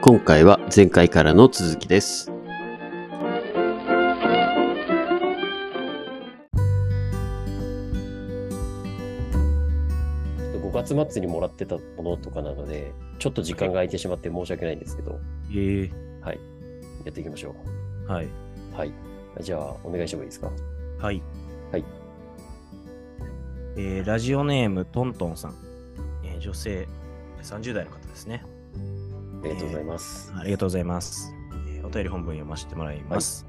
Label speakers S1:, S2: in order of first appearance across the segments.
S1: 今回は前回からの続きです。
S2: 5月末にもらってたものとかなので、ちょっと時間が空いてしまって申し訳ないんですけど、
S3: ええ
S2: はい。やっていきましょ
S3: はい。
S2: う。はい。じゃあ、お願いしてもいいですか。
S3: はい。
S2: はい。
S3: えーラジオネーム、トントンさん。えー女性、30代の方ですね。
S2: ありがとうございます。
S3: ありがとうございます。えーお便り本文読ませてもらいます、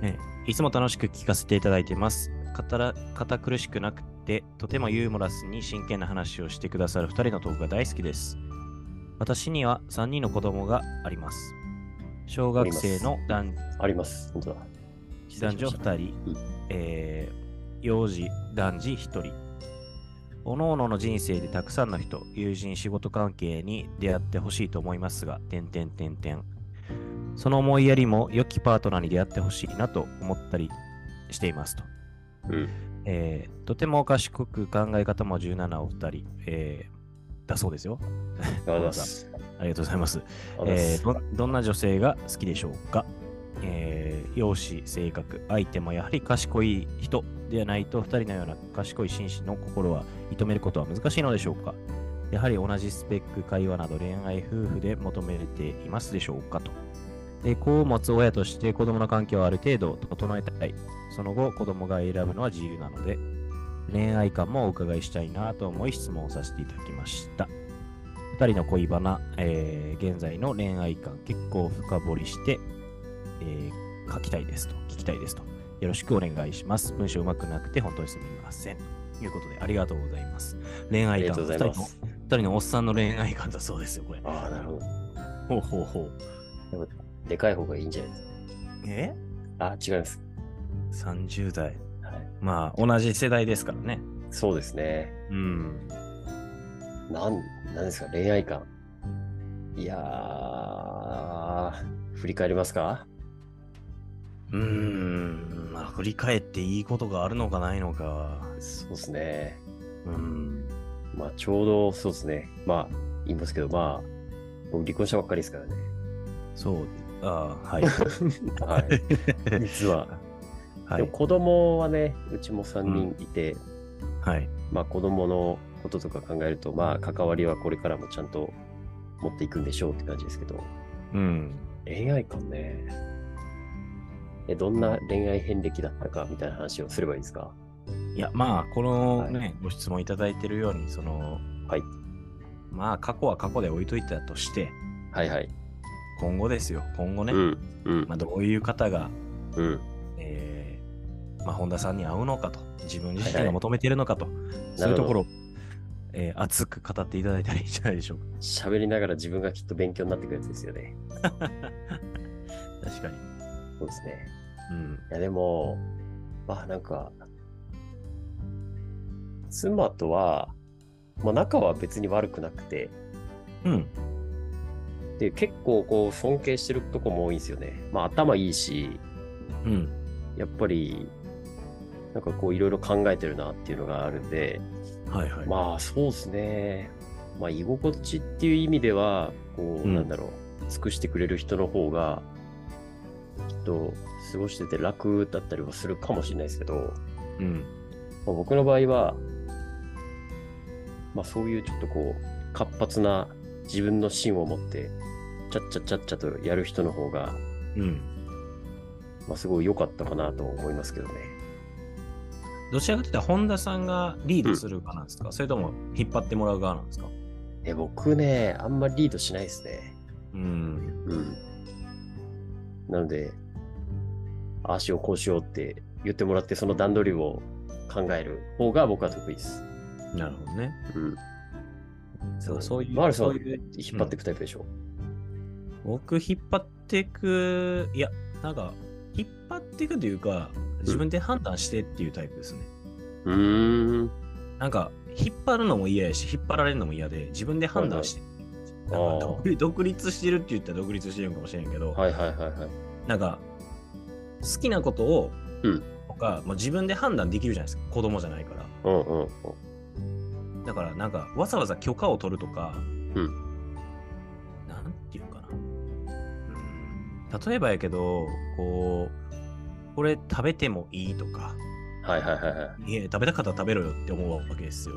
S3: ねいつも楽しく聞かせていただいてます。堅ら堅苦しくなくて、とてもユーモラスに真剣な話をしてくださる2人のトークが大好きです。私には3人の子供があります。小学生の男
S2: あります。本当だ。
S3: 男女2人、
S2: うん
S3: えー幼児、男児1人。おののの人生でたくさんの人、友人、仕事関係に出会ってほしいと思いますが、点点点点。その思いやりも良きパートナーに出会ってほしいなと思ったりしていますと。
S2: うん
S3: えーとても賢く考え方も柔軟なお二人、えーだそうですよ。
S2: ありがとうございます。
S3: ありがとうございます。
S2: ありがとうございま
S3: えー
S2: す
S3: どどんな女性が好きでしょうか、えー容姿、性格、相手もやはり賢い人ではないと2人のような賢い紳士の心は射止めることは難しいのでしょうかやはり同じスペック、会話など恋愛夫婦で求めていますでしょうかと。で子を持つ親として子供の環境をある程度整えたい。その後、子供が選ぶのは自由なので、恋愛観もお伺いしたいなと思い質問をさせていただきました。2人の恋バナ、えー現在の恋愛観、結構深掘りして、えー書きたいですと、聞きたいですと。よろしくお願いします。文章うまくなくて本当にすみません。ということで、ありがとうございます。恋
S2: あ
S3: 愛
S2: りが
S3: 観、
S2: とうござい
S3: 2人の
S2: ます。
S3: 二人のおっさんの恋愛観だそうですよ、これ。
S2: ああ、なるほど。
S3: ほうほうほう。
S2: でかい方がいいんじゃないですか。
S3: え
S2: あ、違います。
S3: ?30 代。
S2: はい。
S3: まあ、同じ世代ですからね。
S2: そうですね。
S3: うん。
S2: なん、なんですか、恋愛観。いやー、振り返りますか
S3: うーん。まあ、振り返っていいことがあるのかないのか。
S2: そうですね。
S3: うん。
S2: まあ、ちょうどそうですね。まあ、言いますけど、まあ、僕離婚したばっかりですからね。
S3: そう。ああ、はい。
S2: はい。実は。
S3: は
S2: でも
S3: い。
S2: 子供はね、うちも3人いて、
S3: はい。
S2: まあ子供のこととか考えると、まあ関わりはこれからもちゃんと持っていくんでしょうって感じですけど、
S3: うん。
S2: 恋愛観ね。え、どんな恋愛遍歴だったかみたいな話をすればいいですか
S3: いや、まあ、このね、
S2: は
S3: ご質問いただいてるように、その、
S2: はい。
S3: まあ、過去は過去で置いといたとして、
S2: はいはい。
S3: 今後ですよ、今後ね、
S2: うん、うん
S3: ま、あ、どういう方が
S2: うん。
S3: えーまあ、本田さんに合うのかと、自分自身が求めているのかと、そういうところを、えー熱く語っていただいたらいいんじゃないでしょう
S2: 喋りながら自分がきっと勉強になってくるやつですよね。
S3: か。確かに。
S2: そうですね。
S3: うん。
S2: いやでも、まあなんか、妻とは、まあ仲は別に悪くなくて、
S3: うん。
S2: で結構こう尊敬してるとこも多いんですよね。まあ頭いいし、
S3: うん。
S2: やっぱり、なんかこういろいろ考えてるなっていうのがあるんで、
S3: はいはい。
S2: まあそうですね。まあ居心地っていう意味では、こう、
S3: うん
S2: なんだろう、尽くしてくれる人の方が、きっと過ごしてて楽だったりはするかもしれないですけど、
S3: うん。
S2: まあ僕の場合は、まあ、そういうちょっとこう活発な自分の芯を持ってちゃっちゃっちゃっちゃとやる人の方が、
S3: うん。
S2: まあ、すごい良かったかなと思いますけどね。
S3: どちらかというと、本田さんがリードする側なんですか、それとも引っ張ってもらう側なんですか
S2: え僕ね、あんまりリードしないですね。
S3: うん。
S2: うん。なので、ああしようこうしようって言ってもらってその段取りを考える方が僕は得意です。
S3: なるほどね。
S2: うん。
S3: そうそういう
S2: マルさん
S3: そ
S2: は
S3: ういう
S2: 引っ張っていくタイプでしょ。
S3: 僕引っ張ってく、いや、なんか、引っ張っていくというか、自分で判断してっていうタイプですね。
S2: うーん。
S3: なんか、引っ張るのも嫌やし、引っ張られるのも嫌で、自分で判断して。
S2: はい
S3: なんか
S2: あー
S3: 独立独立してるって言ったら独立してるんかもしれんけど、
S2: はいはいはいはい。
S3: なんか、好きなことを、
S2: うん
S3: とか、まあ、自分で判断できるじゃないですか、子供じゃないから。
S2: うんうんうん。
S3: だから、なんか、わざわざ許可を取るとか、
S2: う
S3: なん例えばやけど、こう、これ食べてもいいとか、
S2: はいはいはいはい。
S3: いや、食べたかったら食べろよって思うわけですよ。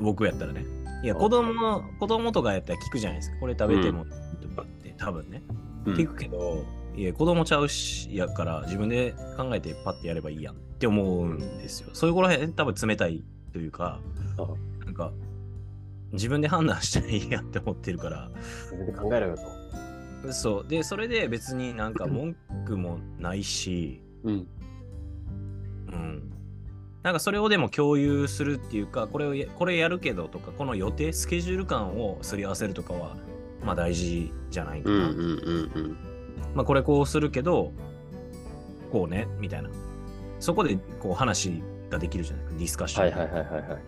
S3: 僕やったらね。いや、子供の、子供とかやったら聞くじゃないですか。これ食べてもいいとかって、多分ね。
S2: うん
S3: 聞くけど、いや、子供ちゃうし、やから自分で考えてパッてやればいいやんって思うんですよ。そういうこら辺多分冷たいというか
S2: そ、
S3: なんか、自分で判断したらいいやんって思ってるから、
S2: 自分で考えろよと。
S3: そう。で、それで別になんか文句もないし、
S2: うん。
S3: うん。なんかそれをでも共有するっていうか、これをやこれやるけどとか、この予定、スケジュール感をすり合わせるとかは、まあ大事じゃないか
S2: うん
S3: な。
S2: うんうん
S3: まあこれこうするけど、こうね、みたいな。そこでこう話ができるじゃないですか、ディスカッション。
S2: はいはいはいはいはい。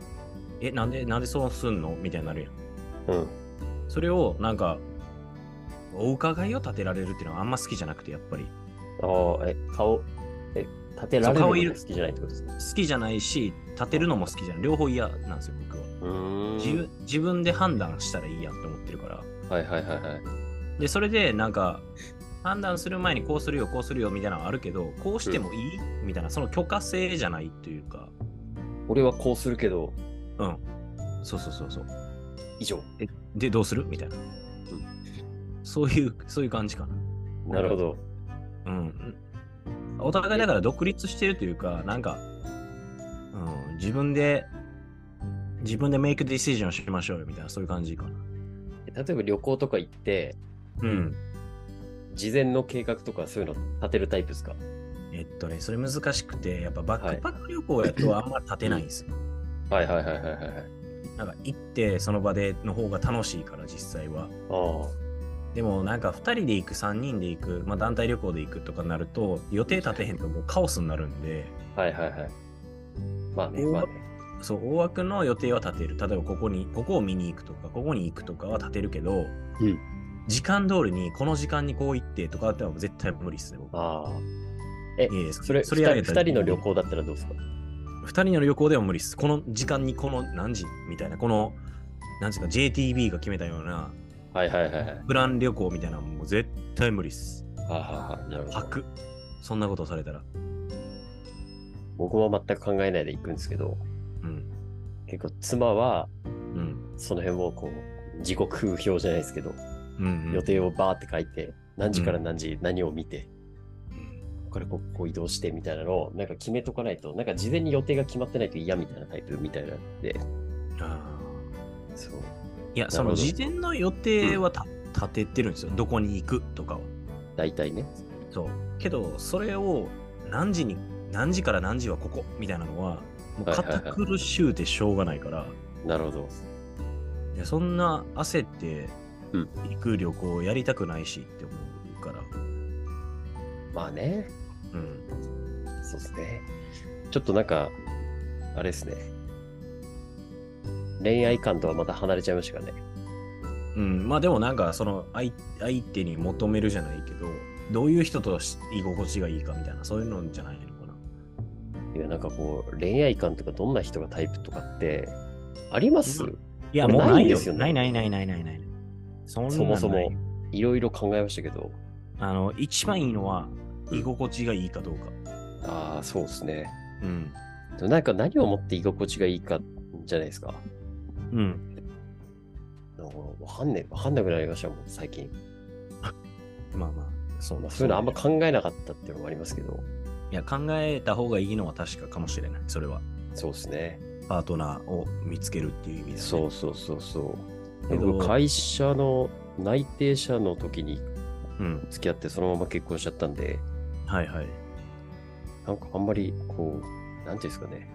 S3: え、なんで、なんでそうすんのみたいになるやん。
S2: うん。
S3: それをなんか、お伺いを立てられるっていうのはあんま好きじゃなくて、やっぱり。
S2: ああ、え、顔、え、立てられる
S3: そう
S2: の
S3: 顔
S2: が
S3: い
S2: 好
S3: る
S2: きじゃないってことですね。
S3: 好きじゃないし、立てるのも好きじゃない。両方嫌なんですよ、僕は。
S2: うーん
S3: 自由自分で判断したらいいやんって思ってるから。
S2: はいはいはいはい。
S3: で、それでなんか、判断する前にこうするよ、こうするよみたいなのあるけど、こうしてもいいみたいな、その許可制じゃないというか、
S2: 俺はこうするけど、
S3: うん。そうそうそうそう。
S2: 以上。
S3: で、どうするみたいな。そういう、そういう感じか
S2: なるほど。
S3: な。うん。お互いだから独立してるというか、なんか、うん、自分で、自分でメイクディシジョンしましょうよみたいな、そういう感じかな。
S2: 例えば旅行とか行って、
S3: うん。
S2: 事前の計画とかそういうの立てるタイプですか
S3: えっとね、それ難しくて、やっぱバックパック旅行やとあんま立てないんですよ。
S2: はいはいはいはいはいはい。
S3: なんか行ってその場での方が楽しいから実際は。
S2: あ
S3: でもなんか2人で行く、3人で行く、まあ、団体旅行で行くとかになると予定立てへんともうカオスになるんで、
S2: あ、はいはいはい。まあね、
S3: う
S2: ま
S3: わ
S2: あね。
S3: そう、大枠の予定は立てる。例えばここに、ここを見に行くとか、ここに行くとかは立てるけど、
S2: うん
S3: 時間通りにこの時間にこう行ってとかってのは絶対無理っすね、僕。
S2: ああ。え
S3: いやいや
S2: それ、
S3: そ
S2: そ
S3: れ
S2: れ
S3: やら
S2: 2
S3: れ
S2: 人
S3: たら
S2: 二人の旅行だったらどうですか
S3: 2人の旅行では無理っす。この時間にこの何時みたいな、この、なんていうか JTB が決めたような
S2: はいはいはいはい。は
S3: プラン旅行みたいなのも絶対無理っす。
S2: あはあはあなるほ
S3: 吐
S2: ど。
S3: く。そんなことされたら。
S2: 僕も全く考えないで行くんですけど、
S3: うん。
S2: 結構妻は
S3: うん。
S2: その辺をこう、時刻表じゃないですけど、
S3: うん、うん。
S2: 予定をバーって書いて、何時から何時、何を見て、
S3: うん
S2: これここ移動してみたいなのをなんか決めとかないと、なんか事前に予定が決まってないと嫌みたいなタイプみたいなんで、
S3: あ
S2: そう。
S3: ーいや、
S2: な
S3: そ
S2: るほど
S3: の事前の予定はた立ててるんですよ。どこに行くとかは。
S2: 大体ね。
S3: そう。けど、それを何時に、何時から何時はここみたいなのは、もう
S2: はいはいは
S3: 堅
S2: い
S3: 苦しゅうてしょうがないから、
S2: なるほど。
S3: いやそんな焦って
S2: うん
S3: 行く旅行やりたくないしって思うから。
S2: まあね。
S3: うん。
S2: そうですね。ちょっとなんか、あれですね。恋愛観とはまた離れちゃいましたかね。
S3: うん、まあでもなんか、その相相手に求めるじゃないけど、どういう人とし居心地がいいかみたいな、そういうのじゃないのかな。
S2: いや、なんかこう、恋愛観とかどんな人がタイプとかって、あります、
S3: ういや、
S2: これ
S3: もうない
S2: ないん
S3: よ。
S2: ですよね
S3: ないないないないないない。そんなん
S2: そもそ
S3: ない
S2: も。いろいろ考えましたけど。
S3: あの、一番いいのは、居心地がいいかどうか。
S2: ああ、そうですね。
S3: うん。
S2: でもなんか何をもって居心地がいいかじゃないですか。
S3: うん。
S2: なんかわかんねえ、わかんなくなりましたもん、最近。
S3: まあまあ、そう
S2: ま
S3: だ。
S2: あ、そういうのあんま
S3: ね
S2: 考えなかったっていうのもありますけど、
S3: いや、考えた方がいいのは確かかもしれない。それは。
S2: そうですね。
S3: パートナーを見つけるっていう意味で、ね。
S2: そうそうそうそう。
S3: けど
S2: 僕会社の内定者の時に
S3: うん。
S2: 付き合ってそのまま結婚しちゃったんで、
S3: はいはい。
S2: なんかあんまりこう、なんていうんですかね。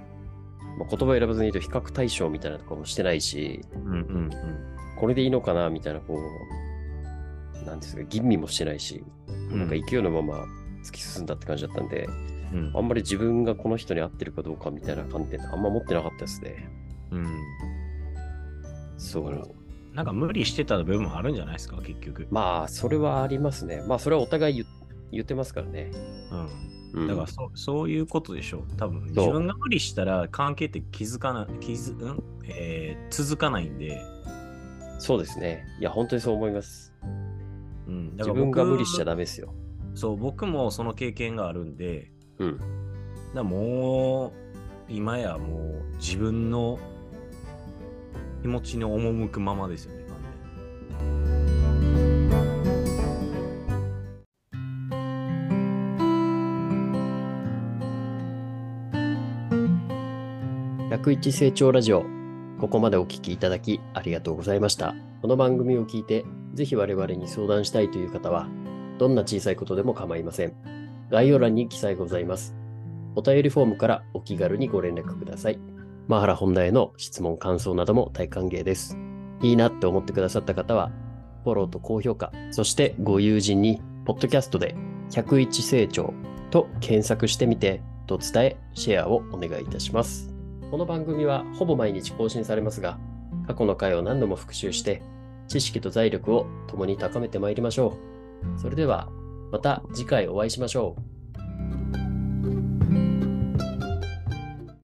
S2: まあ、言葉選ばずに言うと比較対象みたいなとかもしてないし、
S3: うんうんうん。
S2: これでいいのかなみたいな、こう、なんていうんですか、吟味もしてないし、なんか勢いのまま突き進んだって感じだったんで、
S3: うん
S2: あんまり自分がこの人に合ってるかどうかみたいな観点ってあんま持ってなかったですね。
S3: うん。
S2: そ
S3: なるほ
S2: う。
S3: なんか無理してた部分もあるんじゃないですか、結局。
S2: まあ、それはありますね。まあ、それはお互い言言ってますからね。
S3: うん。
S2: うん
S3: だからそ、そういうことでしょう。多分、
S2: そう
S3: 自分が無理したら関係って気づかな、気づ、うんえー続かないんで、
S2: そうですね。いや、本当にそう思います。
S3: うん、だか
S2: 自
S3: ら
S2: 分が無理しちゃ
S3: だ
S2: ダメですよ。
S3: そう、僕もその経験があるんで、
S2: うん
S3: だからもう、今やもう自分の気持ちの赴くままですよね。完全に
S2: 101成長ラジオ。ここまでお聞きいただきありがとうございました。この番組を聞いて、ぜひ我々に相談したいという方は、どんな小さいことでも構いません。概要欄に記載ございます。お便りフォームからお気軽にご連絡ください。マハラ本題への質問、感想なども大歓迎です。いいなって思ってくださった方は、フォローと高評価、そしてご友人に、ポッドキャストで101成長と検索してみて、と伝え、シェアをお願いいたします。この番組はほぼ毎日更新されますが、過去の回を何度も復習して、知識と財力を共に高めてまいりましょう。それでは、また次回お会いしましょう。